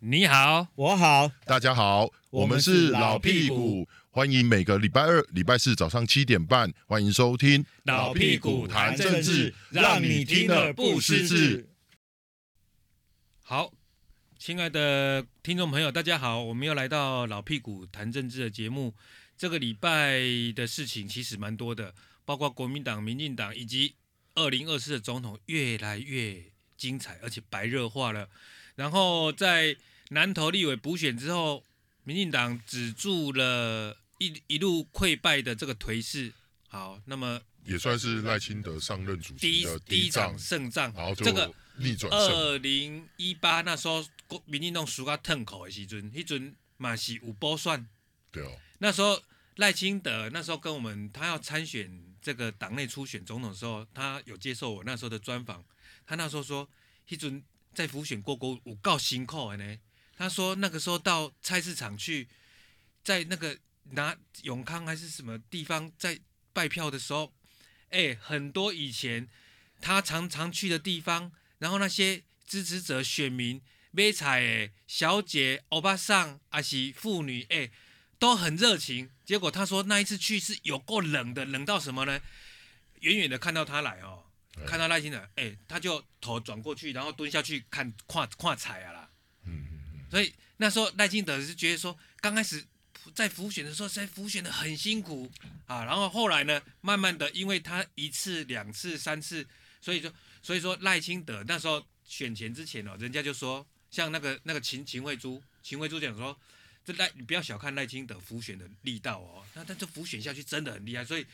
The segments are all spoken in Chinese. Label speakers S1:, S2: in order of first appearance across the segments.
S1: 你好，
S2: 我好，
S3: 大家好，
S2: 我
S3: 我
S2: 们
S3: 们
S2: 是
S3: 是
S2: 老
S3: 老
S2: 屁
S3: 屁
S2: 股
S3: 股，欢迎每个礼拜二、礼拜四早上七点半，欢迎收听
S1: 老屁股谈政治，
S3: 让你听了不失智。
S1: 好，亲爱的听众朋友，大家好，我们又来到老屁股谈政治的节目。这个礼拜的事情其实蛮多的，包括国民党、民进党以及二零二四的总统越来越精彩，而且白热化了。然后在南投立委补选之后，民进党止住了一一路溃败的这个颓势。好，那么
S3: 也算是赖清德上任主
S1: 第
S3: 席
S1: 一
S3: 的
S1: 第一
S3: 仗
S1: 场，胜仗，
S3: 然后就
S1: 这个
S3: 逆转胜。
S1: 二零一八那时候国民进党输到痛口的时阵，迄阵嘛是有波算。
S3: 对哦，
S1: 那时候赖清德那时候跟我们，他要参选这个党内初选总统的时候，他有接受我那时候的专访，他那时候说，迄阵在浮选过国有够辛苦的呢。他说那个时候到菜市场去，在那个拿永康还是什么地方在拜票的时候，哎，很多以前他常常去的地方，然后那些支持者选民。买菜的小姐、欧巴桑，还是妇女，哎、都很热情。结果他说那一次去是有够冷的，冷到什么呢？远远的看到他来哦，看到赖清德，哎、他就头转过去，然后蹲下去看跨跨彩啊啦。嗯所以那时候赖清德是觉得说，刚开始在浮选的时候，在浮选的很辛苦啊，然后后来呢，慢慢的，因为他一次、两次、三次，所以说，所以说赖清德那时候选前之前哦，人家就说，像那个那个秦秦惠珠，秦惠珠讲说，这赖你不要小看赖清德浮选的力道哦，那但这浮选下去真的很厉害，所以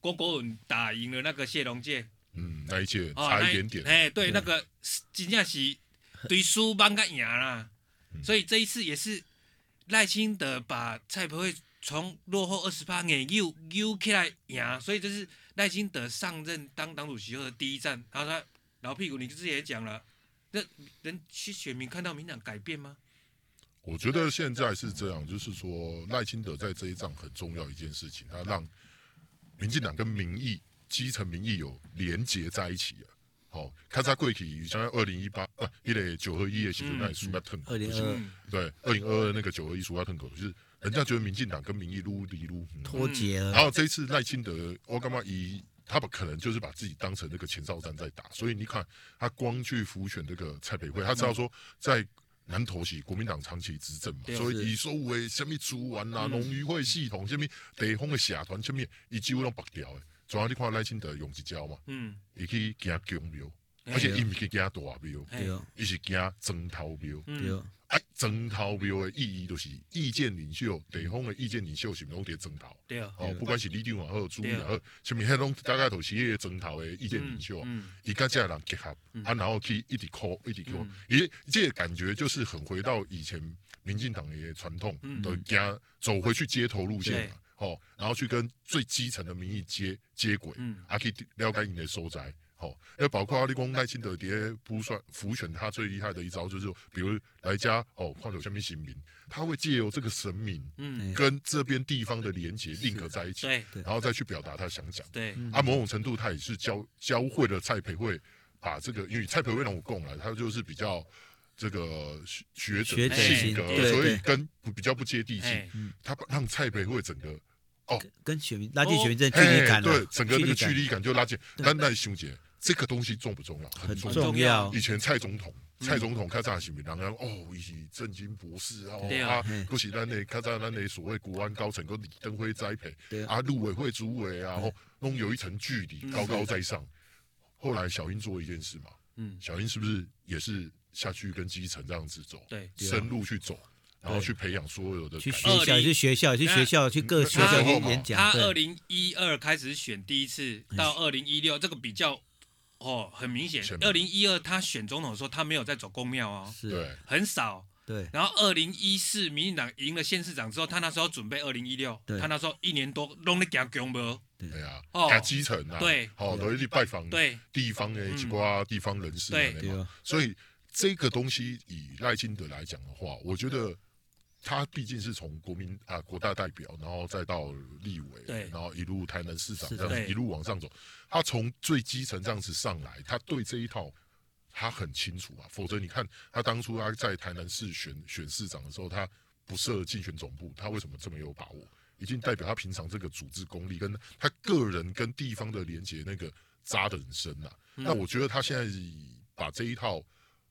S1: 郭国文打赢了那个谢龙介，
S3: 嗯，那一届
S1: 哦，
S3: 差
S1: 那
S3: 一点点，
S1: 哎，对，那个是真正是对输帮个赢 啦，
S3: 嗯
S1: 所以这一次也是赖清德把蔡培慧从落后二十八年又又起来赢，所以这是赖清德上任当党主席后的第一站。然后他老屁股，你之前也讲了，那人去选民看到民党改变吗？
S3: 我觉得现在是这样，就是说赖清德在这一仗很重要一件事情，他让民进党跟民意、基层民意有连结在一起啊。好、看他贵体，像二零一八啊，一类九合一的时候，那输要疼。
S2: 二零二
S1: 嗯，
S3: 对，二零二二那个九合一输要吞口，就是人家觉得民进党跟民意撸里撸。嗯
S2: 脱节了，
S3: 然后这一次赖清德，我干嘛以他们可能就是把自己当成那个前哨战在打，所以你看他光去浮选这个蔡培慧，他知道说在。南投是国民党长期执政嘛，
S1: 嗯对啊嗯
S3: 所以以所有的什么资源啦、农渔会系统、什么地方的社团、什么，伊几乎拢白掉的。主要你看赖清德用一招嘛，
S1: 嗯，
S3: 伊去惊公庙，
S1: 哎
S3: 而且伊毋是惊大庙，
S1: 哎
S2: 对哦
S3: 伊是惊砖头庙。
S2: 对
S1: 嗯，
S2: 哦，
S3: 啊，征讨标的意义就是意见领袖，地方的意见领袖是拢伫征讨。
S1: 对哦，
S3: 哦，不管是李长也好，朱
S1: 对
S3: 也好，什么迄拢大概都是迄个征讨的意见领袖啊，
S1: 嗯，
S3: 伊甲这个人结合，
S1: 嗯
S3: 啊，然后去一直 call 一直 call，
S1: 嗯
S3: 伊这个感觉就是很回到以前民进党的传统
S1: 嗯，
S3: 的加走回去街头路线
S1: 对
S3: 嘛，哦，然后去跟最基层的民意接接轨，
S1: 嗯，
S3: 啊，去了解你的所在。好、哦，那包括你讲赖清德咧补选浮选，他最厉害的一招就是，比如来家哦，看有下面神明，他会借由这个神明
S1: 嗯，
S3: 跟这边地方的连接 link 在一起，
S1: 对
S3: 然后再去表达他想讲。
S1: 对，
S2: 嗯
S1: 哎
S3: 啊，某种程度他也是教教会了蔡培慧把这个，因为蔡培慧让我供了，他就是比较这个学学
S2: 学
S3: 者
S1: 者
S3: 性
S1: 型
S3: 格，
S1: 对
S3: 所以
S2: 对
S3: 跟比较不接地气
S1: 哎，，
S3: 他让蔡培慧整个
S2: 跟选民拉近选民这距
S3: 哎，
S2: 离感了
S3: 对，整个那个距
S2: 感
S3: 离感就拉近。但那熊姐，这个东西重不重要？
S2: 很
S3: 很重要。
S2: 重要
S3: 以，前蔡总统，蔡总统看炸行民，然后哦，以及政经博士啊，
S1: 对
S3: 哦
S1: 啊
S3: 啊，都是咱的看炸咱的所谓国安高层，跟李登辉栽培
S2: 对，啊
S3: 啊，陆委会主委啊，哦，弄有一层距离，高高在上。后来小英做一件事嘛，
S1: 嗯，
S3: 小英是不是也是下去跟基层这样子走，
S1: 对，
S2: 对啊
S3: 深入去走，然后
S2: 对
S3: 去培养所有的
S2: 去
S3: 感
S2: 学
S3: 觉
S2: 校去学校去学校去各学校去演讲，嗯
S1: 他二
S2: 对，
S1: 零一二开始选第一次，到二零一六这个比较哦，很明显
S3: 前。面
S1: 二零一二他选总统的时候，他没有在走公庙哦，
S2: 是，
S3: 对，
S1: 很少。
S2: 对，
S1: 然后二零一四民进党赢了县市长之后，他那时候准备二零一六
S2: 对，
S1: 他那时候一年多弄得行公庙，
S3: 对啊，
S1: 哦
S3: 加基层啊，
S1: 对
S3: 好，都去拜
S2: 嗯
S3: 访
S1: 对
S3: 地方的
S1: 嗯
S3: 一挂地方人士啊
S1: 对
S3: 那
S2: 对
S3: 嘛
S2: 哦，
S3: 所以这个东西以赖清德来讲的话，我觉得他毕竟是从国民啊国大代表，然后再到立委，
S1: 对
S3: 然后一路台南市长
S2: 是
S3: 这
S1: 的
S3: 样
S1: 对
S3: 一路往上走，他从最基层这样子上来，他对这一套他很清楚嘛，否则你看他当初他在台南市选选市长的时候，他不设竞选总部，他为什么这么有把握？已经代表他平常这个组织功力跟他个人跟地方的连接那个扎得很深呐、啊那我觉得他现在把这一套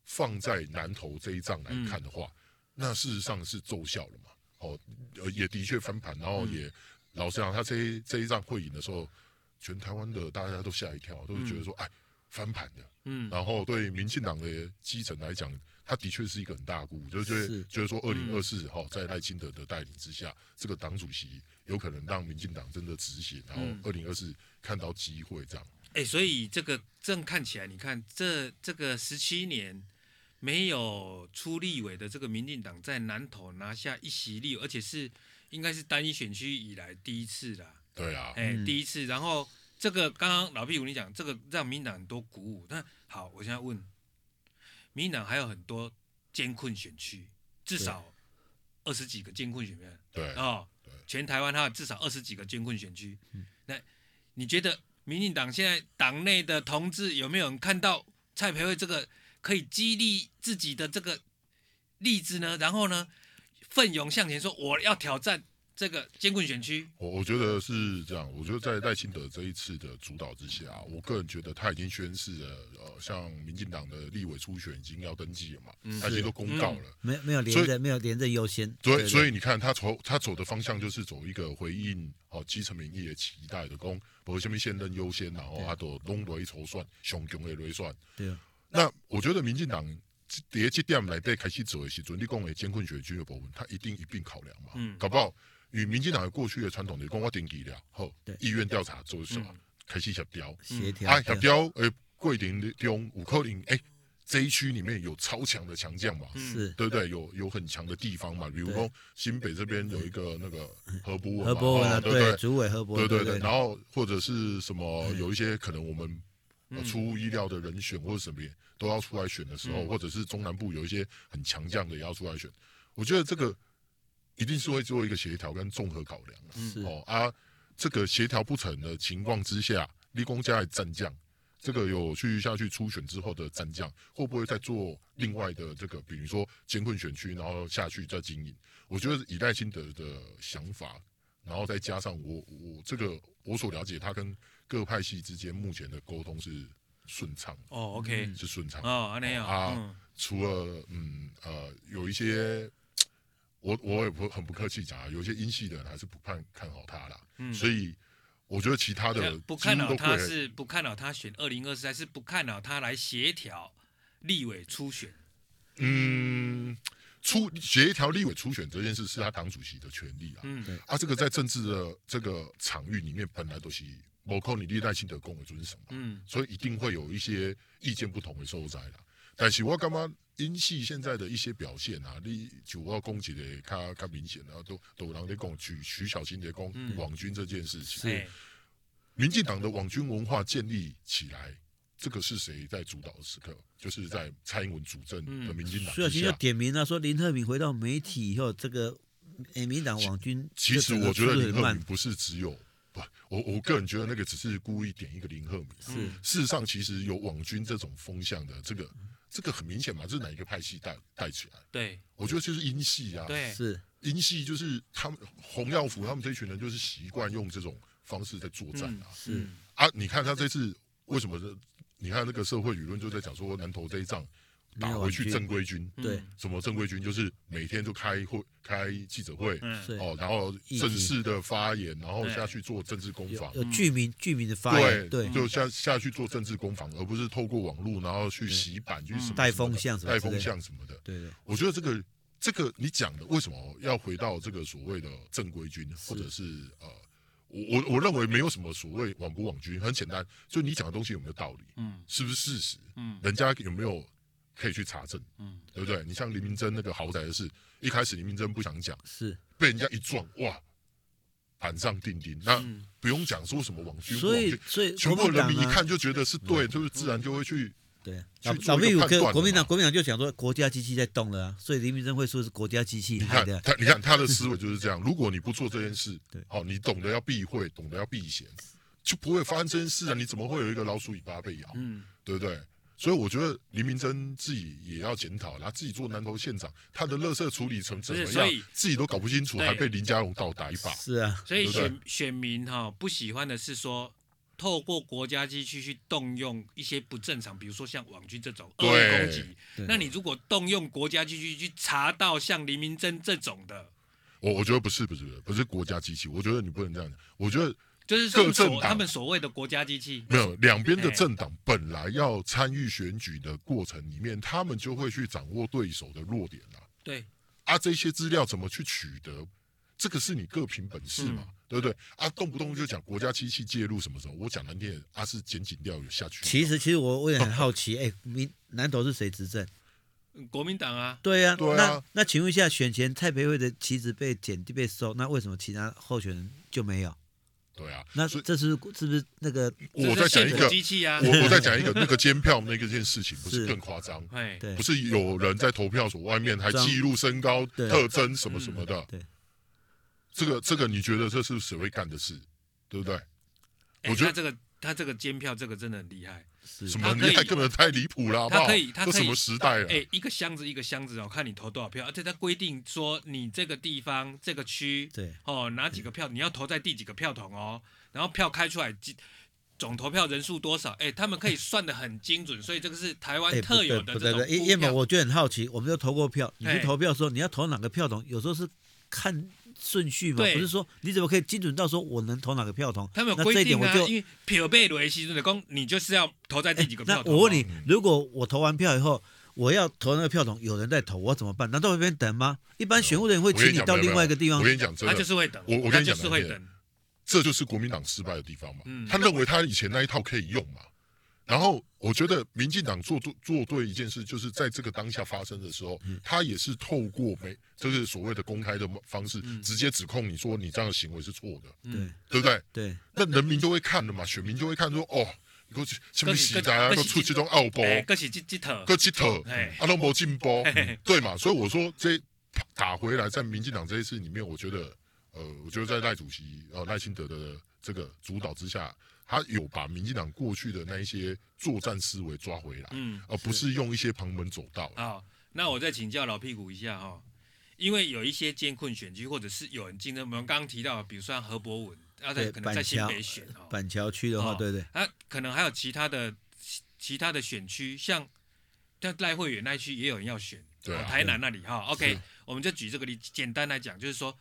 S3: 放在南投这一仗来看的话，那事实上是奏效了嘛？哦，呃也的确翻盘，然后也、老实讲，他这一这一仗会赢的时候，全台湾的大家都吓一跳，都是觉得说，哎、翻盘的。
S1: 嗯
S3: 然后对民进党的基层来讲，他的确是一个很大的鼓舞，就是觉
S2: 是
S3: 得觉得说，二零二
S1: 嗯
S3: 四哈，在赖清德的带领之下，这个党主席有可能让民进党真的止血，然后
S1: 嗯
S3: 二零二四看到机会这样。
S1: 哎、所以这个正看起来，你看这这个十七年没有出立委的这个民进党在南投拿下一席立委，而且是应该是单一选区以来第一次啦，
S3: 对啊，
S1: 哎、
S2: 嗯
S1: 第一次。然后这个刚刚老屁股你讲，这个让民进党很多鼓舞。那好，我现在问，民进党还有很多艰困选区，至少二十几个艰困选区。
S3: 对，
S1: 哦
S3: 对，
S1: 全台湾它有至少二十几个监困选区。
S2: 嗯
S1: 那你觉得民进党现在党内的同志有没有人看到蔡培慧这个可以激励自己的这个例子呢？然后呢，奋勇向前说我要挑战这个监困选区。
S3: 我我觉得是这样，我觉得在赖清德这一次的主导之下，我个人觉得他已经宣示了，呃，像民进党的立委初选已经要登记了嘛，
S1: 嗯
S3: 他已经都公告了。
S2: 没有没有
S3: 所
S2: 连
S3: 以
S2: 着没有连着优先，对
S3: 所以，
S2: 对
S3: 所以你看，他走他走的方向就是走一个回应哦基层民意的期待的，讲无什么现任优先，然后他都拢雷筹算，上强的雷算。
S2: 对啊
S3: 那我觉得民进党这在这点来对开始走的时阵，你讲的监控选区的部分，他一定一并考量嘛。
S1: 嗯
S3: 搞不好与民进党的过去的传统的讲我登记了，后
S2: 对嗯
S3: 意愿调查做什么，开始协调，
S2: 协调
S3: 啊，
S2: 对
S3: 协调诶，桂林中五克林诶，这一区里面有超强的强将嘛，
S1: 嗯
S2: 是
S3: 对不对？有有很强的地方嘛，比如说新北这边有一个那个河伯文嘛，
S2: 何伯文啊，
S3: 哦对不
S2: 主委何伯
S3: 对
S2: 文，
S3: 对
S2: 对
S3: 对，嗯然后或者是什么，有一些可能我们呃出乎意料的人选或者什么也都要出来选的时候，或者是中南部有一些很强将的也要出来选，我觉得这个一定是会做一个协调跟综合考量的。
S2: 是
S3: 哦啊，这个协调不成的情况之下，立功家的战将，这个有去下去初选之后的战将，会不会再做另外的这个，比如说监困选区，然后下去再经营？我觉得以赖清德的想法，然后再加上我我这个我所了解，他跟各派系之间目前的沟通是顺畅的，
S1: 哦，OK，
S2: 嗯
S3: 是顺畅的。
S1: 哦，安尼
S3: 啊
S1: 哦，
S3: 除了嗯呃有一些，我我也不很不客气讲啊，有一些英系的人还是不看看好他啦，
S1: 嗯
S3: 所以我觉得其他的
S1: 嗯，不看
S3: 几乎
S1: 好
S3: 都
S1: 他
S3: 贵
S1: 是不看好他选二零二四，还是不看好他来协调立委初选？
S3: 嗯。出协调立委初选这件事是他党主席的权利啊，
S1: 嗯
S3: 啊，这个在政治的这个场域里面本来都是某靠你历代性的公为遵守嘛，
S1: 嗯
S3: 所以一定会有一些意见不同的受灾啦。但是我干嘛因系现在的一些表现啊，你九二攻击的较较明显啊，都都有人在讲徐徐小清在
S1: 嗯
S3: 讲网军这件事情，
S1: 哎
S3: 民进党的网军文化建立起来，这个是谁在主导的时刻？就是在蔡英文主政的民进
S2: 嗯
S3: 党
S2: 苏小啊
S3: 之
S2: 清就
S3: 下。
S2: 点名了，说林鹤敏回到媒体以后，这个诶，民党网军
S3: 其
S2: 就
S3: 实
S2: 整个
S3: 我觉得
S2: 速度很
S3: 林鹤
S2: 慢
S3: 敏不是只有不，我我个人觉得那个只是故意点一个林鹤敏。
S1: 嗯
S2: 是
S3: 事实上，其实有网军这种风向的，这个这个很明显嘛，这是哪一个派系带带起来？
S1: 对
S3: 我觉得就是英系啊，
S1: 对，
S2: 是
S3: 英系就是他们洪耀福他们这群人就是习惯用这种方式在作战啊、
S1: 嗯
S2: 是
S3: 啊！你看他这次为什么这？你看那个社会舆论就在讲说，南投这一仗
S2: 没
S3: 打
S2: 有
S3: 回
S2: 网
S3: 去
S2: 军
S3: 正规军，
S1: 嗯
S2: 对
S3: 什么正规军就是每天就开会、开记者会，
S1: 嗯
S2: 是
S3: 哦，然后正式的发言，然后下去做政治攻防，
S2: 有剧名剧名的发
S3: 嗯对
S2: 言，对
S3: 就下下去做政治攻防，而不是透过网络然后去洗版、去什么
S2: 嗯带风向什么
S3: 带
S2: 之类的
S3: 风向什么的。
S2: 对对
S3: 我觉得这个这个你讲的为什么要回到这个所谓的正规军，或者是呃，我我我认为没有什么所谓网不网军，很简单，就你讲的东西有没有道理，
S1: 嗯
S3: 是不是事实，
S1: 嗯
S3: 人家有没有可以去查证，
S1: 嗯
S3: 对不对？你像林明珍那个豪宅的事，一开始林明珍不想讲。
S2: 是，
S3: 被人家一撞，哇，板上钉钉。那
S1: 嗯
S3: 不用讲说什么网军，
S2: 所以
S3: 网军
S2: 所以
S3: 全
S2: 国
S3: 部
S2: 民
S3: 人
S2: 党
S3: 民一
S2: 啊，
S3: 看就觉得是对，就是自然就会去。
S2: 对
S3: 去
S2: 老
S3: 做
S2: 老
S3: 一个
S2: 屁股跟
S3: 判断的
S2: 国民党
S3: 嘛
S2: 国民党就想说国家机器在动了啊，所以林明珍会说是国家机器
S3: 你
S2: 害
S3: 看
S2: 的，
S3: 他，你看他的思维就是这样。如果你不做这件事
S2: 对，
S3: 好、你懂得要避讳，懂得要避嫌，就不会发生这件事啊！你怎么会有一个老鼠尾巴被咬？
S1: 嗯，
S3: 对不对？所以我觉得林明珍自己也要检讨，他自己做南投县长，他的垃圾处理成怎
S1: 不是
S3: 么
S1: 所
S3: 样
S1: 以，
S3: 自己都搞不清楚，
S1: 对
S3: 还被林佳龙倒打一把。
S2: 是啊，
S1: 所以
S3: 对不对
S1: 选选民哈、不喜欢的是说，透过国家机器去动用一些不正常，比如说像网军这种恶意
S3: 对
S1: 攻击
S2: 对。
S1: 那你如果动用国家机器去查到像黎明珍这种的，
S3: 我我觉得不是，不是，不是不是国家机器，我觉得你不能这样讲。我觉得
S1: 就是他
S3: 各
S1: 们
S3: 政
S1: 所
S3: 党
S1: 他们所谓的国家机器，
S3: 没有，两边的
S1: 哎
S3: 政党本来要参与选举的过程里面，他们就会去掌握对手的弱点啦、
S1: 对，
S3: 啊。这些资料怎么去取得，这个是你各凭本事
S1: 嗯
S3: 嘛，对不对？啊，动不动就讲国家机器介入什么什么，我讲难听点，啊是检警调有下去。
S2: 其实其实我我也很好奇，哎，民南投是谁执政？
S1: 嗯国民党啊，
S2: 对呀、
S3: 对啊
S2: 那那请问一下，选前蔡培慧的旗子被剪被收，那为什么其他候选人就没有？
S3: 对啊，
S2: 那
S3: 所以
S2: 这是是不是那个
S3: 我再讲
S1: 这是政
S3: 一
S1: 府
S3: 个，
S1: 机器啊，
S3: 我我再讲一个，那个监票那个件事情不是
S2: 是
S3: 更夸张？
S1: 哎，
S2: 对
S3: 不是有人在投票所外面还
S2: 装
S3: 记录身高、
S2: 对
S3: 特征什么什么的？
S2: 对对
S3: 这个这个你觉得这是谁会干的事，对不对？
S1: 哎
S3: 我觉得
S1: 他这个他这个监票这个真的很厉害，
S2: 是
S3: 什么
S1: 他可以
S3: 厉害，根本太离谱了，好不
S1: 他
S3: 好？
S1: 可以他
S3: 这
S1: 可以
S3: 什么时
S2: 啊
S3: 代了？啊
S1: 哎、一个箱子一个箱子哦，看你投多少票，而且他规定说你这个地方这个区
S2: 对
S1: 哦哪几个票你要投在第几个票筒哦，然后票开出来几总投票人数多少，哎、他们 可以算得很精准，所以这个是台湾
S2: 哎，不
S1: 啊特
S2: 对
S1: 有的这
S2: 不对
S1: 种
S2: 不对，
S1: 估
S2: 叶叶某，
S1: 票。
S2: 我就很好奇，我们都投过票，你
S1: 哎
S2: 去投票的时候，你要投哪个票筒？有时候是看顺序嘛，
S1: 对
S2: 不是说你怎么可以精准到说我能投哪个票筒？
S1: 他们有
S2: 那
S1: 规
S2: 这一点
S1: 定
S2: 我
S1: 啊
S2: 就，哎
S1: 因为票被罗西的公，你就是要投在第几个票哦
S2: 那
S1: 筒、
S2: 我问你
S3: 嗯，
S2: 如果我投完票以后，我要投那个票筒，有人在投，我怎么办？难道我这边等吗？一般选务人员会
S3: 哦我跟
S2: 请你
S3: 你讲，
S2: 到
S3: 没有
S2: 另外一个地
S3: 没有
S2: 方
S3: 我跟你讲，真
S1: 他
S3: 的，
S1: 就是会等，
S3: 我我跟你
S1: 他
S3: 讲
S1: 就是
S2: 啊
S1: 会
S3: 难听
S1: 等，
S3: 这就是国民党失败的地方嘛。
S1: 嗯
S3: 他认为他以前那一套可以用嘛。然后我觉得民进党做做做对一件事，就是在这个当下发生的时候，
S2: 嗯
S3: 他也是透过没就是所谓的公开的方式，
S1: 嗯
S3: 直接指控你说你这样的行为是错的，
S2: 对
S3: 对不对？
S2: 对，
S3: 那人民就会看了嘛，选民就会看说哦，你给我什么时代啊，
S1: 跟
S3: 都
S1: 跟
S3: 出这种傲波，
S1: 哎、可是这这套，
S3: 搁佚佗
S1: 哎，
S3: 啊都没进步
S1: 嘿，
S3: 对嘛？所以我说这打回来，在民进党这一次里面，我觉得，呃，我觉得在赖主席呃赖清德的这个主导之下，他有把民进党过去的那一些作战思维抓回来，
S1: 嗯。
S3: 而不是用一些旁门左道。
S1: 好、啊那我再请教老屁股一下哈、因为有一些艰困选区，或者是有人竞争，我们刚刚提到，比如说像何伯文，他在
S2: 对
S1: 可能在
S2: 板
S1: 新
S2: 桥
S1: 北选哦，
S2: 板桥区的话，
S1: 哦
S2: 对对。
S1: 他可能还有其他的其其他的选区，像像赖慧远那一区也有人要选，
S3: 对啊
S1: 哦台南那里哈、OK，
S2: 是
S1: 我们就举这个例子，简单来讲就是说，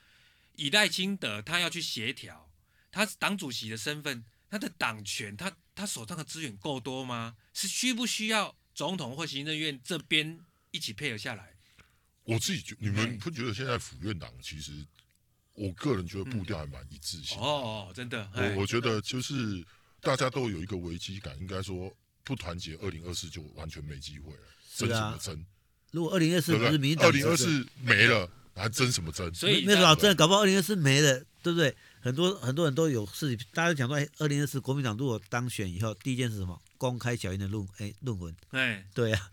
S1: 以赖清德他要去协调，他是党主席的身份，他的党权，他他手上的资源够多吗？是需不需要总统或行政院这边一起配合下来？
S3: 我自己觉，你
S1: 哎
S3: 们不觉得现在府院党其实，我个人觉得步调还蛮一致性的。
S1: 哦，真的，哎
S3: 我我觉得就是大家都有一个危机感，应该说不团结，二零二四就完全没机会了，
S2: 是
S3: 争什
S2: 啊
S3: 么争？
S2: 如果二零二四
S3: 对
S2: 不是民
S3: 不
S2: 进党
S3: 对？二零二
S2: 执政
S3: 四没了，还争什么争？
S1: 所以
S2: 没
S1: 那
S2: 没老真的搞不好二零二四没了，对不对？很多很多人都有事情，大家讲说，哎，二零二四国民党如果当选以后，第一件事是什么？公开小英的论哎论文，
S1: 哎，
S2: 对啊，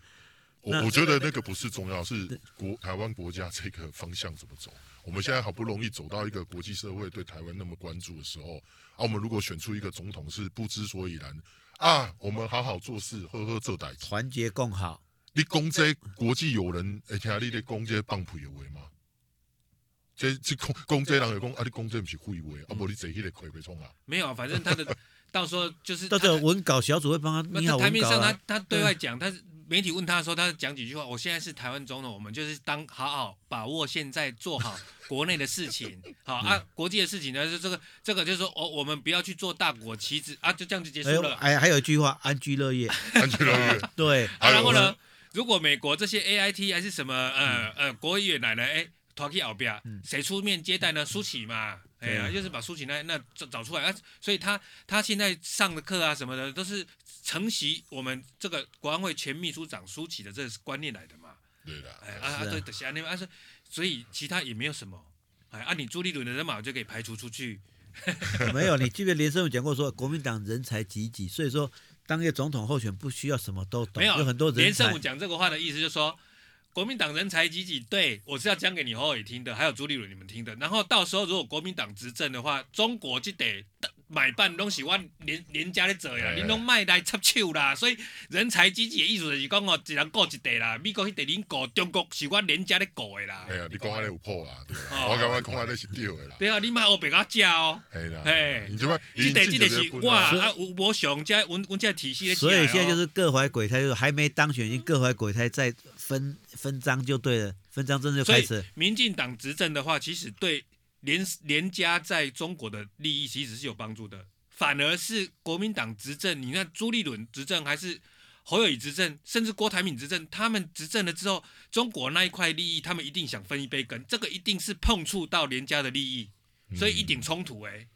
S3: 我
S2: 那
S3: 我觉得那个不是重要，是国台湾国家这个方向怎么走。我们现在好不容易走到一个国际社会对台湾那么关注的时候，啊，我们如果选出一个总统是不知所以然啊，我们好好做事，呵呵这代志。
S2: 团结共好，
S3: 你讲这国际友人，而且你咧讲这放屁的话吗？这这讲讲这人就讲啊，你讲这不是废话，
S1: 嗯
S3: 啊，无你坐迄个开袂创啊。
S1: 没有，反正他的 到时候就是啊
S2: 到时候
S1: 他
S2: 文稿小组会帮他
S1: 那
S2: 拟
S1: 他
S2: 好
S1: 台
S2: 文
S1: 面
S2: 稿
S1: 上他
S2: 啊。
S1: 他对外讲，他是媒体问他的时候，他讲几句话。我现在是台湾总统，我们就是当好好把握现在，做 好国内的事情，好
S2: 嗯
S1: 啊，国际的事情呢，就这个这个就是说，哦我我们不要去做大国旗帜啊，就这样就结束
S2: 哎呦
S1: 了。
S2: 哎，还有一句话，安居乐业，
S3: 安全乐 园，
S2: 对，
S1: 啊，
S3: 还有
S1: 然后
S3: 我
S1: 呢
S3: 们，
S1: 如果美国这些 A I T 还是什么呃呃国议员来了，哎，团去后边
S2: 嗯，
S1: 谁出面接待呢？舒淇嘛，哎
S2: 对
S1: 呀，
S2: 啊
S1: 就是把舒淇那那找找出来啊，所以他他现在上的课啊什么的，都是承袭我们这个国安会前秘书长舒淇的这个观念来的嘛，
S3: 对啦，
S1: 哎啊
S2: 是啊
S1: 啊对，等下那边啊是，所以其他也没有什么，哎啊你朱立伦的人马就可以排除出去，
S2: 没有，你记得连胜文讲过说，国民党人才济济，所以说当一个总统候选不需要什么都懂，
S1: 没有
S2: 很多人
S1: 连胜
S2: 才
S1: 武。讲这个话的意思就是说，国民党人才济济，对我是要讲给你侯友宜听的，还有朱立伦你们听的。然后到时候如果国民党执政的话，中国就得买办拢是我连连家咧做的啦，
S3: 哎
S1: 恁拢卖来插手啦。所以人才济济的意思就是讲哦，一人顾一地啦，美国迄地恁顾，中国是我连家咧顾的啦。
S3: 哎呀，你讲安尼有破啦，对 啦
S1: 哦
S3: 我感觉讲安尼是对的啦，
S1: 对啊，你莫乌白甲食哦。
S3: 哎啦
S1: 嘿，
S3: 你就看
S1: 即地即地是我
S3: 哇，
S1: 啊，有无上遮阮阮遮体系咧哦
S2: 所以现在就是各怀鬼胎，就是还没当选，已经各怀鬼胎，再分分赃就对了，分赃政治就
S1: 所
S2: 开
S1: 以
S2: 始了。
S1: 民进党执政的话，其实对联联家在中国的利益其实是有帮助的，反而是国民党执政，你看朱立伦执政还是侯友谊执政，甚至郭台铭执政，他们执政了之后，中国那一块利益他们一定想分一杯羹，这个一定是碰触到联家的利益，
S3: 嗯
S1: 所以一定冲突哎、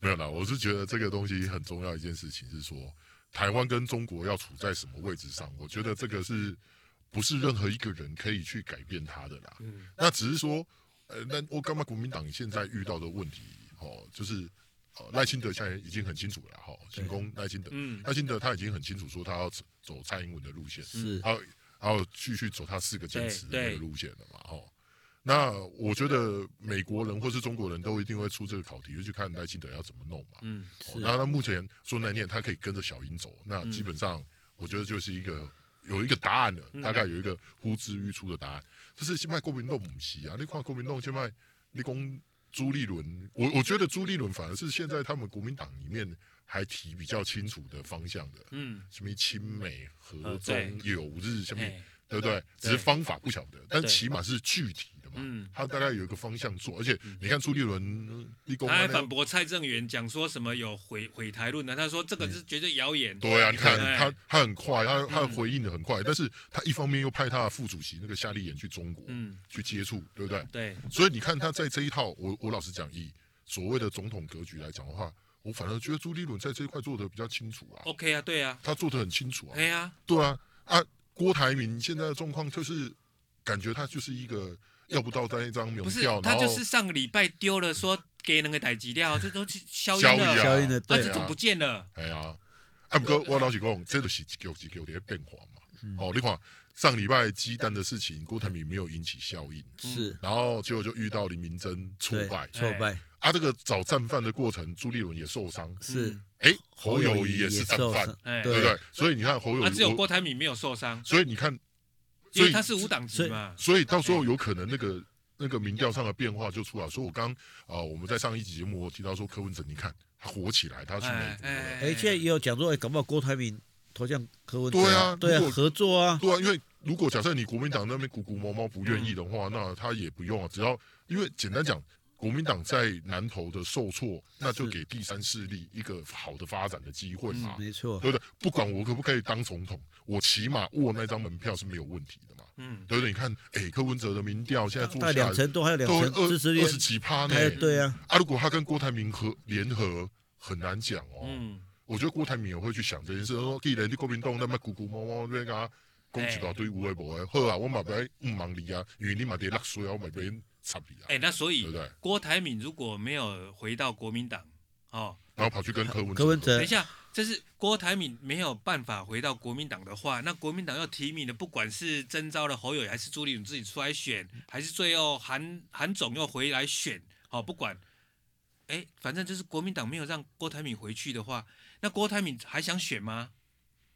S3: 没有啦，我是觉得这个东西很重要一件事情是说，台湾跟中国要处在什么位置上，我觉得这个是不是任何一个人可以去改变他的啦。
S1: 嗯
S3: 那只是说，呃，那我干嘛国民党现在遇到的问题，哦，就是呃赖清德现在已经很清楚了啦，哈、进攻赖清德，
S1: 嗯
S3: 赖清德他已经很清楚说他要走走蔡英文的路线，
S2: 是，
S3: 还有还有继续走他四个坚持
S1: 对
S3: 的
S1: 对
S3: 路线的嘛，哦。那我觉得美国人或是中国人都一定会出这个考题，就去看赖清德要怎么弄嘛。
S1: 嗯，
S3: 哦
S2: 是
S3: 那他目前孙来念他可以跟着小英走，那
S1: 嗯
S3: 基本上我觉得就是一个有一个答案了，
S1: 嗯
S3: 大概有一个呼之欲出的答案。就是现在国民弄不是啊，你看国民弄现在你讲朱立伦，我我觉得朱立伦反而是现在他们国民党里面还提比较清楚的方向的，
S1: 嗯，
S3: 什么亲美、和
S1: 呃
S3: 中
S1: 对、
S3: 友日，什么
S1: 哎
S3: 对不对？只是方法不晓得，但
S1: 对
S3: 起码是具体的嘛。
S1: 嗯
S3: 他大概有一个方向做，而且你看朱立伦，立功啊
S1: 他还反驳蔡正元讲说什么有毁毁台论的，他说这个是绝对谣言。
S3: 对啊，你看
S1: 哎
S3: 他他很快，他他
S1: 嗯
S3: 回应的很快，但是他一方面又派他的副主席那个夏立言去中国
S1: 嗯
S3: 去接触，对不对？
S1: 对，
S3: 所以你看他在这一套，我我老实讲，以所谓的总统格局来讲的话，我反而觉得朱立伦在这一块做的比较清楚啊，
S1: OK 啊，对啊，
S3: 他做的很清楚啊
S1: 哎。呀、
S3: 对啊，啊，郭台铭现在的状况就是，感觉他就是一个要不到那一张门
S1: 不是
S3: 票，，
S1: 他
S3: 然后
S1: 就是上个礼拜丢了，说给那个逮鸡 料，这都是消音
S3: 交易
S1: 了，
S3: 啊，
S2: 消音的
S1: 啊，
S2: 对
S1: 这种不见了。
S3: 哎呀，啊，不过我老实讲，这就是一球一球的变化嘛。
S1: 嗯
S3: 哦，你看上礼拜鸡蛋的事情，郭台铭没有引起效应，
S1: 嗯
S2: 是，
S3: 然后结果就遇到林明珍挫
S2: 对
S3: 败，
S2: 挫败
S1: 哎
S3: 啊，这个找战犯的过程，朱立伦也受伤，
S2: 是
S1: 嗯。
S3: 哎，侯友谊也是战
S2: 受
S3: 犯，
S2: 伤
S1: 哎
S3: 对不对？所以你看侯友
S1: 啊，只有
S3: 谊，
S1: 郭
S3: 我
S1: 台铭没有受伤，
S3: 所以你看，
S1: 因
S3: 所
S1: 为
S3: 以
S1: 他是无党籍嘛。
S3: 所以到时候有可能那个那个民调上的变化就出来。所以我刚啊、呃我们在上一集节目我提到说柯文哲，你看他火起来，他去美国了。
S1: 哎
S2: 哎，现在也有讲说，哎，搞不好郭台铭投向柯文哲，
S3: 对啊
S2: 对
S3: 如
S2: 啊，
S3: 果
S2: 合作啊，
S3: 对啊，因为如果假设你国民党那边鼓鼓毛毛不愿意的
S2: 嗯
S3: 话，那他也不用啊，只要因为简单讲。国民党在南投的受挫，那就给第三势力一个好的发展的机会嘛，
S2: 嗯没错，
S3: 啊对不对？不管我可不可以当总统，我起码握那张门票是没有问题的嘛，
S1: 嗯，
S3: 对不对？你看，哎，柯文哲的民调现在做
S2: 大概
S3: 下
S2: 两
S3: 来
S2: 成多，还有两
S3: 都
S2: 成支持率
S3: 二二，十几趴呢，
S2: 还有对啊，
S3: 啊，如果他跟郭台铭合联合，很难讲哦。
S1: 嗯，
S3: 我觉得郭台铭也会去想这件事，他说既然你国民党那么咕咕摸摸那个攻击到对无微博的，好啊，我嘛不要唔忙你啊，因为你嘛得落水啊，我嘛不要插你啊，
S1: 哎，那所
S3: 对不
S1: 以
S3: 对？
S1: 郭台铭如果没有回到国民党，哦，
S3: 然后跑去跟柯文哲
S2: 柯文
S3: 合
S2: 哲
S1: 等一下，这是郭台铭没有办法回到国民党的话，那国民党要提名的，不管是征召的侯友宜还是朱立伦自己出来选，还是最后韩韩总又回来选，好、不管，哎，反正就是国民党没有让郭台铭回去的话，那郭台铭还想选吗？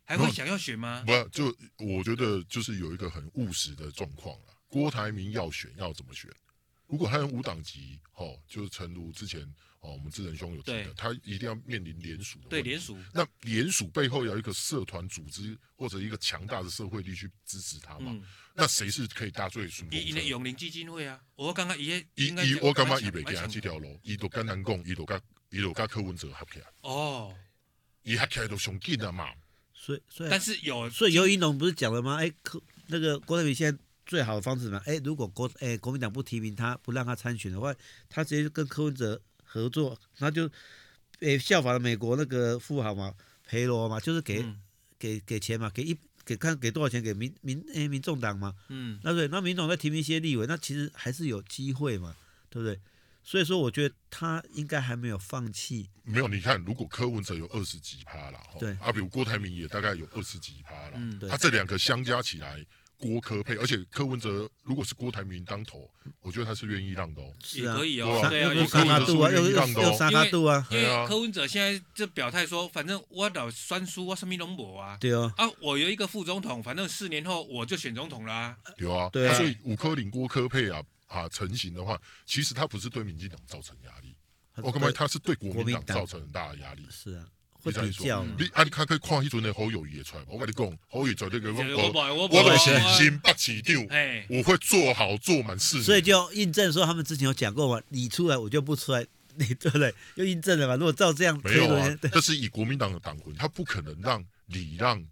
S1: 还会想要选吗？
S3: 不就我觉得就是有一个很务实的状况了。郭台铭要选要怎么选？如果他用无党籍，哦，就是诚如之前哦我们智仁兄有提
S1: 对
S3: 的，他一定要面临联署的
S1: 对，
S3: 问题
S1: 联署，
S3: 那联署背后有一个社团组织或者一个强大的社会力去支持他嘛？
S1: 嗯，
S3: 那谁是可以搭最顺风
S1: 以以
S3: 车
S1: 那？永龄基金会啊，我刚刚也
S3: 伊
S1: 应该
S3: 伊
S1: 讲
S3: 我感觉
S1: 蛮
S3: 伊
S1: 强
S3: 袂
S1: 蛮
S3: 行
S1: 强
S3: 这条路，伊就跟咱讲，伊就甲伊就甲柯文哲合起来，
S1: 哦，
S3: 伊合起来就上紧啊嘛。
S2: 所以所以
S1: 但是有
S2: 所以尤一农不是讲了吗？哎，柯那个郭台铭现在最好的方式是什么？哎，如果国哎国民党不提名他，不让他参选的话，他直接就跟柯文哲合作，他就哎效仿了美国那个富豪嘛，裴罗嘛，就是给、
S1: 嗯
S2: 给给钱嘛，给一给看给多少钱给民民哎民众党嘛，
S1: 嗯
S2: 那对，那民众再提名一些立委，那其实还是有机会嘛，对不对？所以说，我觉得他应该还没有放弃，
S3: 没有，你看，如果柯文哲有二十几趴啦，吼
S2: 对
S3: 啊，比如郭台铭也大概有二十几趴啦，
S1: 嗯
S2: 对
S3: 他这两个相加起来，郭科配，而且柯文哲如果是郭台铭当头，我觉得他是愿意让的哦。
S2: 是啊
S1: 也可以
S3: 对
S1: 哦，
S3: 啊
S1: 对啊，
S2: 又
S1: 也
S3: 有
S1: 可
S2: 沙
S1: 以
S2: 卡
S1: 哦。
S2: 度啊，又又又沙卡度啊，
S1: 因
S3: 对啊
S1: 为柯文哲现在这表态说，反正我老酸输，我什么拢无啊。
S2: 对哦，
S1: 啊，我有一个副总统，反正四年后我就选总统啦、
S3: 有啊，
S2: 对啊
S3: 所以五科领郭科配啊啊成型的话，其实他不是对民进党造成压力，我感觉他是对国
S2: 呃国民
S3: 民党
S2: 党
S3: 造成很大的压力。
S2: 是啊，
S3: 你
S2: 会
S3: 这样
S2: 比
S3: 说
S2: 较，嗯
S3: 你啊，你看可以看迄阵的侯友谊的出来嘛，我跟你讲，侯友谊绝对个
S1: 就是我
S3: 我
S1: 不呃我不
S3: 我就是
S1: 我
S3: 新北市长，
S1: 哎，
S3: 我会做好做满事。
S2: 所以就印证说他们之前有讲过嘛，你出来我就不出来，你对不对？又印证了嘛。如果照这样
S3: 没
S2: 推
S3: 有
S2: 论
S3: 啊，
S2: 对，
S3: 这是以国民党的党魂，他不可能让礼让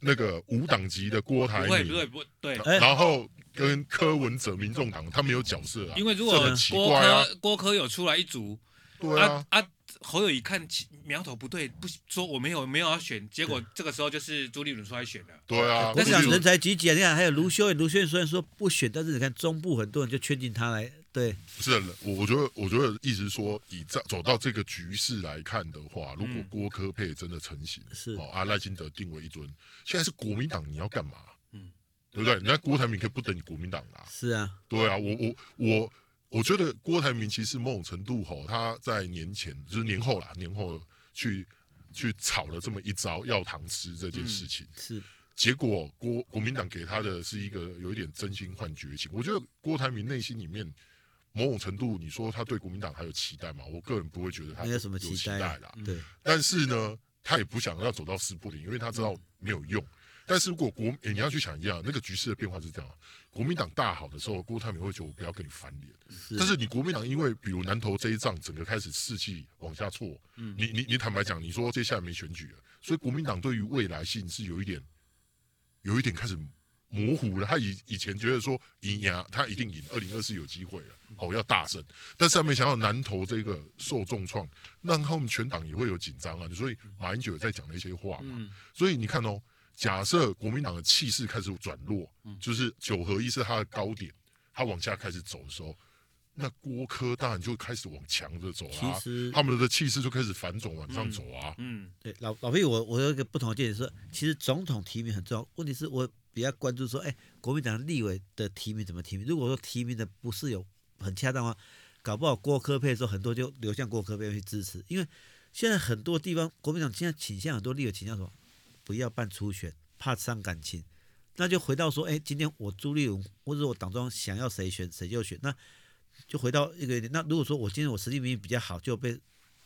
S3: 那个无党籍的郭
S1: 不
S3: 台
S1: 会不会
S3: 铭，
S1: 不对，
S2: 哎
S3: 然后跟柯文哲、民众党，他没有角色啊
S1: 因，为如
S3: 这
S1: 果
S3: 很奇
S1: 郭
S3: 怪啊
S1: 科郭科有出来一组，
S3: 对啊，
S1: 啊侯友谊看起苗头不对，不说我没有没有要选，结果这个时候就是朱立伦出来选了。
S3: 对啊，
S2: 但是讲
S3: 例如
S2: 人才济济啊，你看还有卢修远，卢修远虽然说不选，但是你看中部很多人就圈进他来，对，
S3: 不是，我我觉得，我觉得意思是说，以这走到这个局势来看的话，如果
S1: 嗯
S3: 郭科配真的成型，
S2: 是
S3: 哦，阿赖金德定为一尊，现在是国民党，你要干嘛？
S1: 嗯
S3: 对不对？人家郭台铭可以不等你国民党啦、
S2: 是啊，
S3: 对啊，我我我我觉得郭台铭其实某种程度吼，他在年前就是年后啦，年后去去炒了这么一招要糖吃这件事情，
S2: 是
S3: 结果国国民党给他的是一个有一点真心换绝情。我觉得郭台铭内心里面某种程度，你说他对国民党还有期待吗？我个人不会觉得他
S2: 没有什么
S3: 期
S2: 期待啊
S3: 啦。
S2: 对，
S3: 但是呢，他也不想要走到撕破脸，因为他知道没有用。但是如果国、诶你要去想一下，那个局势的变化是这样啊：国民党大好的时候，郭台铭会觉得我不要跟你翻脸。
S2: 是
S3: 但是你国民党因为比如南投这一仗，整个开始士气往下挫，你你你坦白讲，你说接下来没选举了，所以国民党对于未来性是有一点，有一点开始模糊了。他以以前觉得说赢呀，他一定赢，二零二四有机会了，哦要大胜，但是他没想到南投这个受重创，让他们全党也会有紧张啊。所以马英九也在讲的一些话嘛，
S1: 嗯，
S3: 所以你看哦，假设国民党的气势开始转弱，
S1: 嗯
S3: 就是九合一是它的高点，它往下开始走的时候，那郭科当然就开始往强的走啦、
S2: 其实
S3: 他们的气势就开始反转往上走啊。
S1: 嗯，
S2: 对老老毕，我我有一个不同的见解是，其实总统提名很重要，问题是我比较关注说，哎，国民党立委的提名怎么提名？如果说提名的不是有很恰当的话，搞不好郭科配的时候，很多就流向郭科配去支持，因为现在很多地方国民党现在倾向很多立委倾向什么，不要办初选，怕伤感情。那就回到说，哎，今天我朱立伦或者我党中央想要谁选谁就选，那就回到一个那如果说我今天我实力民意比较好，就被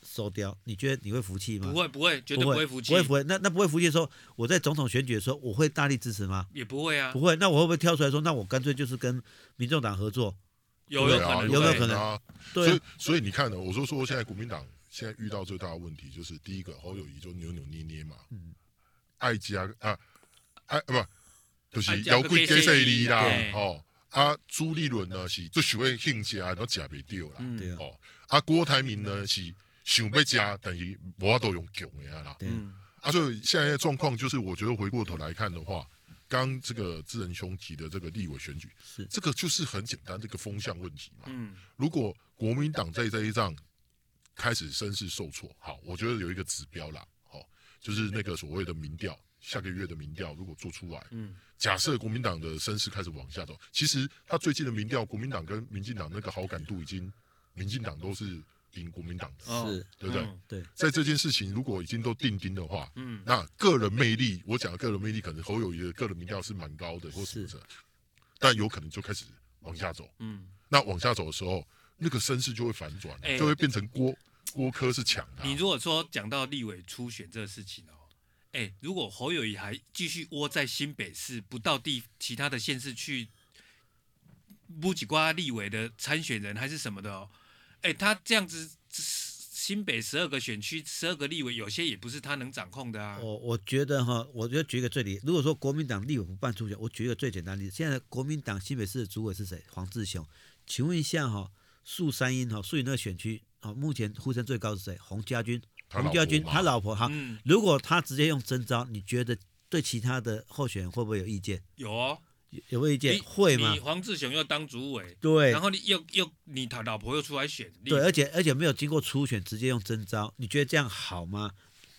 S2: 收掉，你觉得你会服气吗？
S1: 不会不会，绝对
S2: 不
S1: 不
S2: 会
S1: 会服气
S2: 不，会服气。那那不会服气的时候，我在总统选举的时候，我会大力支持吗？
S1: 也不会啊
S2: 不，会。那我会不会跳出来说，那我干脆就是跟民众党合作？
S1: 有
S3: 对
S1: 有
S3: 啊
S1: 可能
S2: 有没有
S1: 对
S2: 可能
S3: 啊？所
S2: 对啊
S3: 以，所以你看呢，哦我就说现在国民党现在遇到最大的问题就是第一个侯友谊就扭扭捏捏嘛，爱家啊，爱啊不，就是
S1: 爱吃
S3: 摇滚给谁离啦
S1: 对，
S3: 哦啊，朱立伦呢是最喜欢兴家，然后假袂掉啦，
S1: 嗯
S2: 对啊，
S3: 哦啊，郭台铭呢是想要加，但是无法度用强的啊啦。
S2: 对
S1: 嗯
S3: 啊，所以现在的状况就是，我觉得回过头来看的话，刚这个智仁兄提的这个立委选举，
S2: 是
S3: 这个就是很简单这个风向问题嘛。
S1: 嗯，
S3: 如果国民党在这一仗开始声势受挫，好，我觉得有一个指标啦，好、就是那个所谓的民调，下个月的民调如果做出来，
S1: 嗯，
S3: 假设国民党的声势开始往下走，其实他最近的民调，国民党跟民进党那个好感度已经，民进党都是赢国民党的，
S1: 哦
S2: 是
S3: 对不对？
S1: 嗯
S2: 对，
S3: 在这件事情如果已经都定钉的话，
S1: 嗯
S3: 那个人魅力，我讲的个人魅力，可能侯友谊的个人民调是蛮高的，或什么的，但有可能就开始往下走。
S1: 嗯，
S3: 那往下走的时候，那个声势就会反转，
S1: 哎
S3: 就会变成郭郭科是强的啊、
S1: 你如果说讲到立委初选这个事情哦，哎，如果侯友谊还继续窝在新北市，不到地其他的县市去，不几瓜立委的参选人还是什么的哦，哎，他这样子，新北十二个选区十二个立委，有些也不是他能掌控的啊。
S2: 我我觉得哈，我就举一个最例，如果说国民党立委不办初选，我举一个最简单的例子，现在国民党新北市的主委是谁？黄志雄。请问一下哈，树山鹰哈，树林那个选区啊，目前呼声最高是谁？洪家军，
S3: 他老
S2: 洪家军，
S3: 婆嘛
S2: 他老婆哈。
S1: 嗯，
S2: 如果他直接用征召，你觉得对其他的候选人会不会有意见？
S1: 有哦，
S2: 有有没有意
S1: 你
S2: 见？会吗
S1: 你？黄志雄又当主委，
S2: 对
S1: 然，后你又又你他老婆又出来选立
S2: 对，
S1: 委，
S2: 而且而且没有经过初选，直接用征招，你觉得这样好吗？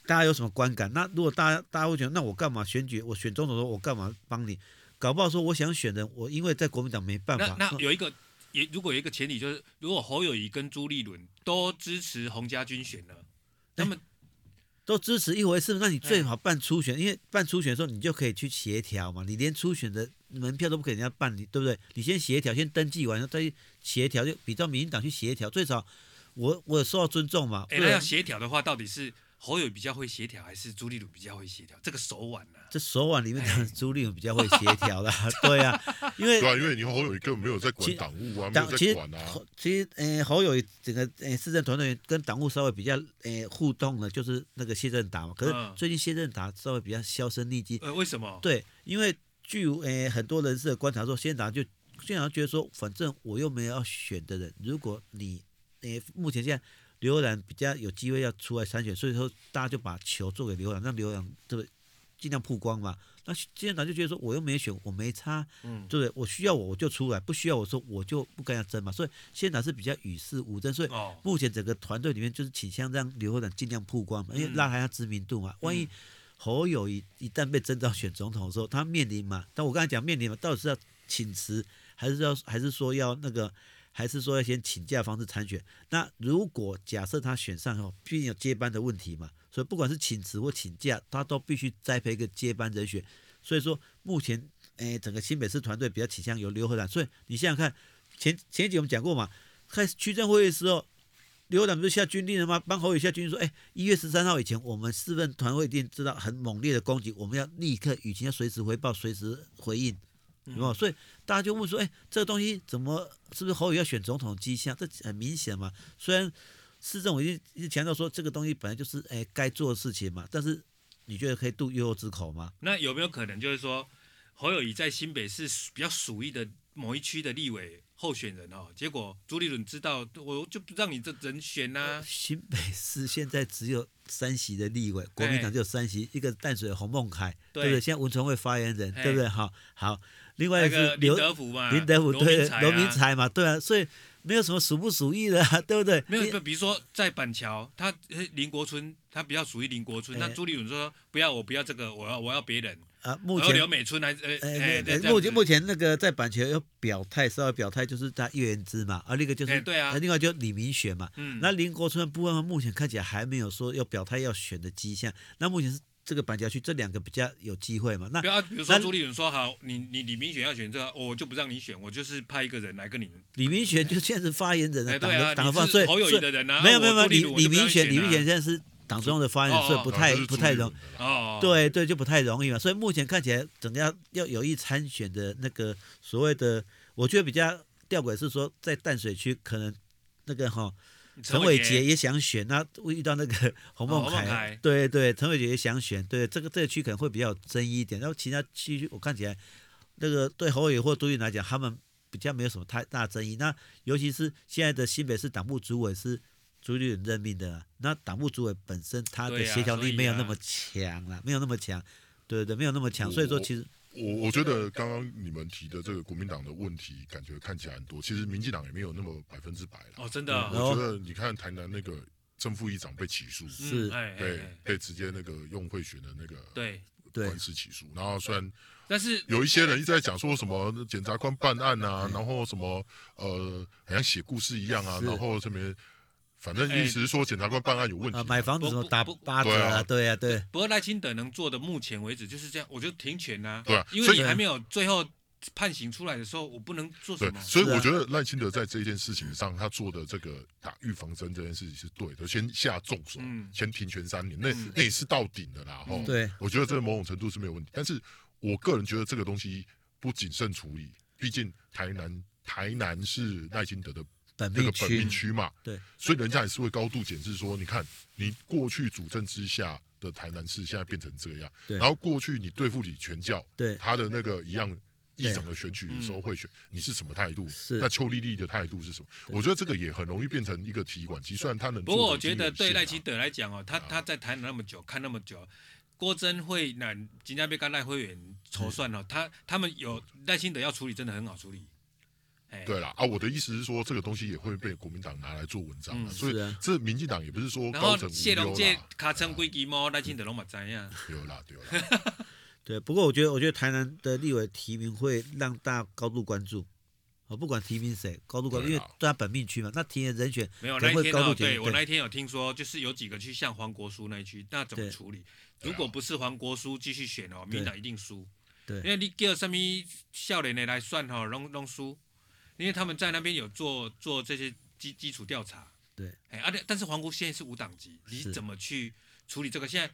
S2: 大家有什么观感？那如果大家大家会觉得，那我干嘛选举？我选总统的时候，我干嘛帮你？搞不好说我想选人，我因为在国民党没办
S1: 那
S2: 法。哦
S1: 那有一个也如果有一个前提就是，如果侯友谊跟朱立伦都支持洪家军选呢，他们
S2: 都支持一回事，那你最好办初选，因为办初选的时候你就可以去协调嘛。你连初选的门票都不给人家办，你对不对？你先协调，先登记完，然后再去协调，就比照民进党去协调。最少我我受到尊重嘛。
S1: 哎、
S2: 不
S1: 那
S2: 然
S1: 要协调的话，到底是侯友宜比较会协调，还是朱立伦比较会协调？这个手腕呢、啊？
S2: 这手腕里面的朱立伦比较会协调啦，对啊，因为
S3: 对啊，因为你侯友宜根本没有在
S2: 其
S3: 管
S2: 实
S3: 党务啊，没
S2: 党
S3: 有
S2: 其
S3: 在
S2: 实
S3: 管啊。
S2: 侯其实呃侯友宜整个呃市政团队跟党务稍微比较呃互动的，就是那个谢振达嘛。可是
S1: 嗯
S2: 最近谢振达稍微比较销声匿迹，
S1: 呃，为什么？
S2: 对，因为据呃很多人士的观察说，县长就县长觉得说，反正我又没有要选的人，如果你呃目前现在刘然比较有机会要出来参选，所以说大家就把球做给刘然，让刘然对不对？尽量曝光嘛。那县长就觉得说，我又没选，我没差，
S1: 嗯，
S2: 对不对？我需要我我就出来，不需要我说我就不跟人家争嘛。所以县长是比较与世无争，所以
S1: 哦，
S2: 目前整个团队里面就是倾向让刘会长尽量曝光嘛，因为
S1: 嗯
S2: 拉抬他知名度嘛。万一侯友谊一旦被征召选总统的时候，他面临嘛，但我刚才讲面临嘛，到底是要请辞，还是要还是说要那个，还是说要先请假方式参选？那如果假设他选上后，毕竟有接班的问题嘛，所以不管是请辞或请假，他都必须栽培一个接班人选。所以说目前，诶，整个新北市团队比较倾向由刘和然，所以你想想看，前前一集我们讲过嘛，开始区政会议的时候，刘和然不是下军令了吗？帮侯友宜下军令说，哎，一月十三号以前，我们市政团会一定知道很猛烈的攻击，我们要立刻雨晴要随时回报，随时回应。有没有？所以大家就问说，哎、这个东西怎么是不是侯友宜要选总统的迹象？这很明显嘛。虽然市政府一直一直强调说这个东西本来就是哎该、做的事情嘛，但是你觉得可以度悠悠之口吗？
S1: 那有没有可能就是说，侯友谊在新北市比较属意的某一区的立委候选人哦，结果朱立伦知道，我就不让你这人选啊呐、
S2: 新北市现在只有三席的立委，国民党只有三席，一个淡水的洪孟凯，
S1: 对
S2: 对不对？现在文传会发言人，
S1: 哎
S2: 对不对？好，好，另外
S1: 那
S2: 一个
S1: 个
S2: 哎是
S1: 林
S2: 刘
S1: 德福嘛，
S2: 林德福，
S1: 罗
S2: 对
S1: 明才、啊，
S2: 罗明才嘛，对啊，所以没有什么属不属意的、啊，对不对？
S1: 没有，
S2: 你
S1: 就比如说在板桥，他呃林国春，他比较属于林国春。
S2: 哎
S1: 那朱立伦说不要，我不要这个，我要我要别人。
S2: 啊，目
S1: 我要
S2: 前
S1: 刘美春还是呃
S2: 呃
S1: 哎，对这
S2: 目
S1: 样子
S2: 前目前那个在板桥有表态，稍微表态就是他叶元之嘛，而另一个就是、
S1: 哎对啊
S2: 呃另外就李明选嘛。
S1: 嗯，
S2: 那林国春的部分目前看起来还没有说要表态要选的迹象。那目前是这个板桥区这两个比较有机会嘛？那
S1: 不要比如说
S2: 那
S1: 朱立伦说好，你你李明选要选这个，我就不让你选，我就是派一个人来跟你。
S2: 李明选就现在是发言人
S1: 哎，
S2: 啊，党
S1: 对啊，
S2: 的党的发
S1: 你
S2: 言，所以
S1: 是侯友谊
S2: 所以
S1: 的人啊，
S2: 没有
S1: 啊
S2: 没有没有
S1: 我朱立
S2: 李
S1: 伦
S2: 李明选
S1: 我就
S2: 李
S1: 不
S2: 明
S1: 让你选啊
S2: 选现在是党中央的发言人，
S1: 哦
S2: 所以不
S1: 哦
S2: 太
S3: 啊这是
S2: 不
S3: 朱
S2: 太
S3: 立
S2: 容
S3: 伦的啦
S1: 啊哦，
S2: 对对，就不太容易嘛。所以目前看起来，整个要要有意参选的那个所谓的，我觉得比较吊诡是说，在淡水区可能那个哈陈伟杰也想选，那遇到那个洪
S1: 哦
S2: 孟
S1: 洪孟凯
S2: 凯，对对，陈伟杰也想选，对这个这个区可能会比较有争议一点。然后其他区我看起来，那个对侯伟或杜云来讲，他们比较没有什么太大争议。那尤其是现在的新北市党部主委是朱立伦任命的啊，那党部主委本身他的
S1: 对啊
S2: 协调
S1: 所
S2: 力
S1: 以
S2: 没有
S1: 啊
S2: 那么强啦，没有那么强，对对，没有那么强。所以说，其实
S3: 我我觉得刚刚你们提的这个国民党的问题，感觉看起来很多，其实民进党也没有那么百分之百了。
S1: 哦，真的啊
S2: 嗯
S3: 我觉得你看台南那个正副议长被起诉，
S1: 嗯
S2: 是
S1: 哎哎
S3: 对
S1: 哎，
S3: 被直接那个用贿选的那个
S1: 对，
S2: 对
S3: 官司起诉，然后虽然
S1: 但是
S3: 有一些人一直在讲说什么检察官办案啊，然后什么呃，好像写故事一样啊，
S2: 是
S3: 然后什么，反正
S1: 哎
S3: 意思是说检察官办案有问题
S2: 啊，
S3: 嘛，
S2: 买房子什么
S1: 不
S2: 打
S1: 不不
S2: 八折
S3: 对
S2: 啊，
S3: 啊
S2: 对啊，对，
S1: 不过赖清德能做的，目前为止就是这样，我就停权呐、
S3: 对啊
S1: 因为
S3: 所以
S1: 你还没有最后判刑出来的时候，我不能做什
S3: 对
S1: 么，。
S3: 所以
S2: 是啊
S3: 我觉得赖清德在这件事情上，他做的这个打预防针这件事情是对的，先下重手，
S1: 嗯
S3: 先停权三年，那、
S1: 嗯
S3: 那也是到顶的啦。吼、
S1: 嗯
S2: 对
S3: 我觉得这某种程度是没有问题，但是我个人觉得这个东西不谨慎处理，毕竟台南台南是赖清德的
S2: 本
S3: 那
S2: 命
S3: 个本命
S2: 区，
S3: 区嘛，
S2: 对，
S3: 所以人家也是会高度检视说，你看你过去主政之下的台南市现在变成这样，
S2: 对
S3: 然后过去你对付李全教，
S2: 对
S3: 他的那个一样议长的选举的时候会选，你是什么态度？
S2: 是
S3: 那邱丽丽的态度是什么？我觉得这个也很容易变成一个提款机，虽然他能做
S1: 不
S3: 得
S1: 过我觉得
S3: 已经
S1: 对
S3: 有限
S1: 赖
S3: 了
S1: 清德来讲哦，他他在台南那么久，看那么久，郭珍惠、那金家被跟赖慧远筹算
S3: 嗯
S1: 哦，他他们有赖清德要处理，真的很好处理。哎，
S3: 对啦，啊，我的意思是说，这个东西也会被国民党拿来做文章啊，
S1: 嗯
S3: 所
S2: 是
S3: 以
S2: 啊
S3: 这民进党也不是说
S1: 然
S3: 高
S1: 后
S3: 层无
S1: 谢龙
S3: 忧哎
S1: 介
S3: 啦，
S1: 卡称龟鸡猫，赖清德拢嘛知影。
S3: 有啦有啦，
S2: 对，不过我觉得，我觉得台南的立委提名会让大家高度关注，哦，不管提名谁，高度关注，
S3: 对
S2: 因
S3: 啊
S2: 为对他本命区嘛，那提名人选
S1: 没有
S2: 可
S1: 那
S2: 能
S1: 一
S2: 会
S1: 天
S2: 高
S1: 哦，
S2: 度提
S1: 对
S2: 名。
S1: 我那一天有听说，就是有几个去像黄国书那一区，那怎么
S2: 对
S1: 处理？
S3: 对啊
S1: 如果不是黄国书继续选哦，民进党一定输。
S2: 对
S1: 因为你叫什么笑脸的来算哈、哦，弄弄输，因为他们在那边有做做这些基基础调查。
S2: 对，
S1: 哎，而、且但是黄国书现在是无党籍，你
S2: 是
S1: 怎么去处理这个？现在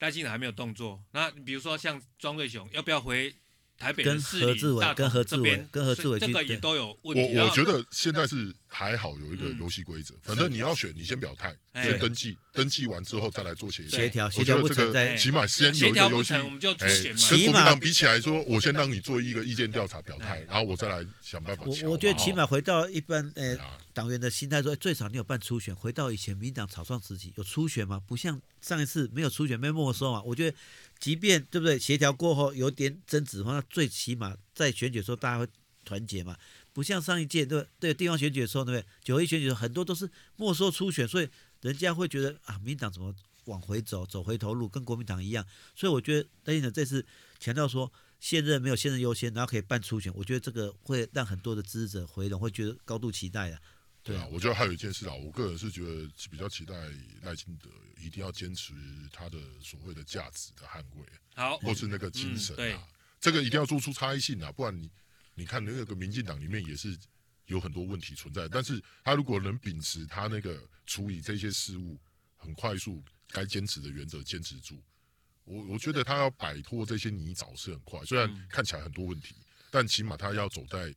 S1: 赖清德还没有动作。那比如说像庄瑞雄要不要回台北的
S2: 跟
S1: 市
S2: 何
S1: 里
S2: 志伟
S1: 大
S2: 跟
S1: 同
S2: 何
S1: 这
S2: 志伟
S1: 边
S2: 跟何志
S1: 所
S2: 伟
S1: 以这
S2: 去
S1: 个也
S2: 对
S1: 都有问题。
S3: 我
S1: 然
S3: 我
S1: 后
S3: 觉得现在是还好有一个
S1: 嗯
S3: 游戏规则，反正你要选，你先表态，
S1: 哎
S3: 先登记，登记完之后再来做协议
S1: 对
S2: 协调，
S3: 我
S2: 协
S3: 觉
S2: 调
S3: 得
S2: 不
S3: 这
S2: 成
S3: 个
S2: 再
S1: 哎
S3: 起码先
S1: 协
S3: 有一
S1: 调
S3: 个
S1: 不
S3: 游戏
S1: 成，我们就出
S3: 哎，
S1: 选嘛。
S3: 跟
S2: 起
S3: 国民
S2: 码
S3: 党比起来说，我先让你做一个意见调查表态，
S1: 哎
S3: 然后我再来想办法
S2: 我
S3: 瞧嘛。
S2: 我觉得起码
S3: 哦
S2: 回到一般呃
S3: 啊
S2: 党员的心态说，哎最少你有办初选，回到以前民进党草创时期有初选吗？不像上一次没有初选被没收嘛。我觉得，即便对不对协调过后有点争执的话，那最起码在选举的时候大家会团结嘛，不像上一届对不对对地方选举的时候，对不对九合一选举的时候很多都是没收初选，所以人家会觉得啊，民进党怎么往回走，走回头路，跟国民党一样。所以我觉得赖清德这次强调说现任没有现任优先，然后可以办初选，我觉得这个会让很多的支持者回笼，会觉得高度期待的。
S3: 对啊，我觉得还有一件事啊，我个人是觉得比较期待赖清德一定要坚持他的所谓的价值的捍卫，
S1: 好，
S3: 或是那个精神
S1: 嗯对
S3: 啊，这个一定要做出差异性啊，不然你你看那个民进党里面也是有很多问题存在，但是他如果能秉持他那个处理这些事物很快速该坚持的原则坚持住，我我觉得他要摆脱这些泥沼是很快，虽
S1: 嗯
S3: 然看起来很多问题，但起码他要走在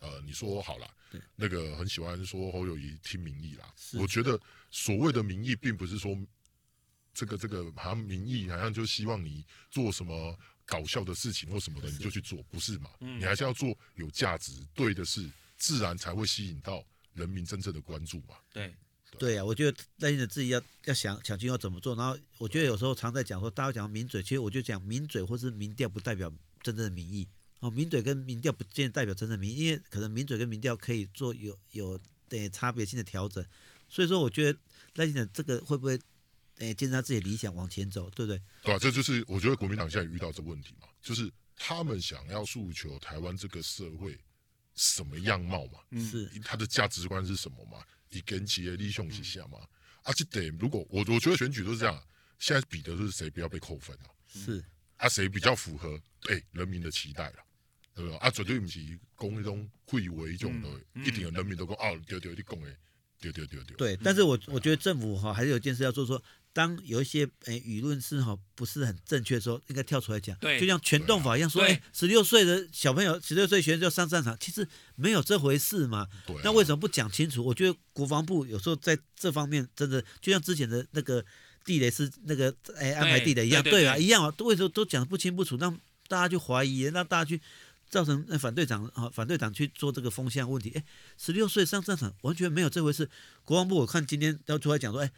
S3: 呃，你说好了。那个很喜欢说侯友谊听民意啦。我觉得所谓的民意，并不是说这个这个好像民意好像就希望你做什么搞笑的事情或什么的你就去做，不是嘛？你还是要做有价值、对的事，自然才会吸引到人民真正的关注嘛。
S1: 对，
S2: 对啊，我觉得赖清德自己要要想想清楚要怎么做。然后我觉得有时候常在讲说，大家讲民嘴，其实我就讲民嘴或是民调不代表真正的民意。哦，民嘴跟民调不见得代表真正的民意，因为可能民嘴跟民调可以做有有呃差别性的调整。所以说，我觉得赖清德这个会不会呃坚持他自己的理想往前走，对不对？
S3: 对吧、啊这就是我觉得国民党现在遇到这个问题嘛，就是他们想要诉求台湾这个社会什么样貌嘛，
S1: 嗯
S2: 是
S3: 他的价值观是什么嘛，以跟企业利用一下嘛。啊，这得如果我我觉得选举都是这样，现在比的就是谁不要被扣分啊，
S2: 是，
S3: 啊谁比较符合哎、人民的期待了、对不对？啊绝对不是讲那种会为一种的，
S1: 嗯嗯
S3: 一定有人民都讲哦，对对，你讲的，对对对对。
S2: 对。但是我我觉得政府哈还是有一件事要做说。当有一些诶舆论是哈不是很正确的时候，应该跳出来讲，
S1: 对
S2: 就像全动法一样说，
S1: 对
S2: 哎，十六岁的小朋友，十六岁学生就上战场，其实没有这回事嘛。
S3: 对啊
S2: 那为什么不讲清楚？我觉得国防部有时候在这方面真的，就像之前的那个地雷是那个哎安排地雷一样，
S1: 对对
S2: 啊，
S1: 对
S2: 一样啊，为什么都讲得不清不楚，让大家去怀疑，让大家去造成呃反对党啊反对党去做这个风向问题。哎，十六岁上战场完全没有这回事。国防部我看今天要出来讲说，哎，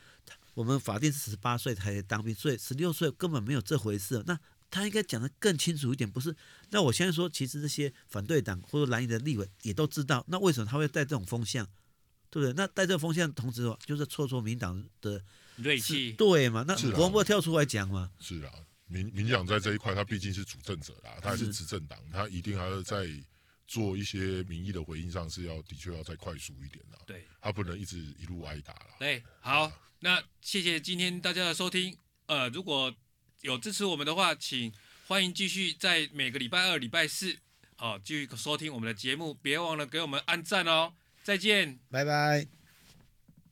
S2: 我们法定是十八岁才当兵，所以十六岁根本没有这回事。啊那他应该讲得更清楚一点，不是？那我现在说，其实这些反对党或者蓝营的立委也都知道，那为什么他会带这种风向，对不对？那带这个风向，同时哦就是挫挫民党的
S1: 锐
S2: 是
S1: 气，
S2: 对嘛？那
S3: 是啊
S2: 国防部跳出来讲嘛，
S3: 是啦，民民进党在这一块，他毕竟是主政者啦，他还是
S2: 是
S3: 执政党，他一定还要在做一些民意的回应上是要的确要再快速一点啦，
S1: 对
S3: 他不能一直一路挨打啦。
S1: 对，好，那谢谢今天大家的收听。呃，如果有支持我们的话，请欢迎继续在每个礼拜二、礼拜四，哦，继续收听我们的节目，别忘了给我们按赞哦。再见。
S2: 拜拜。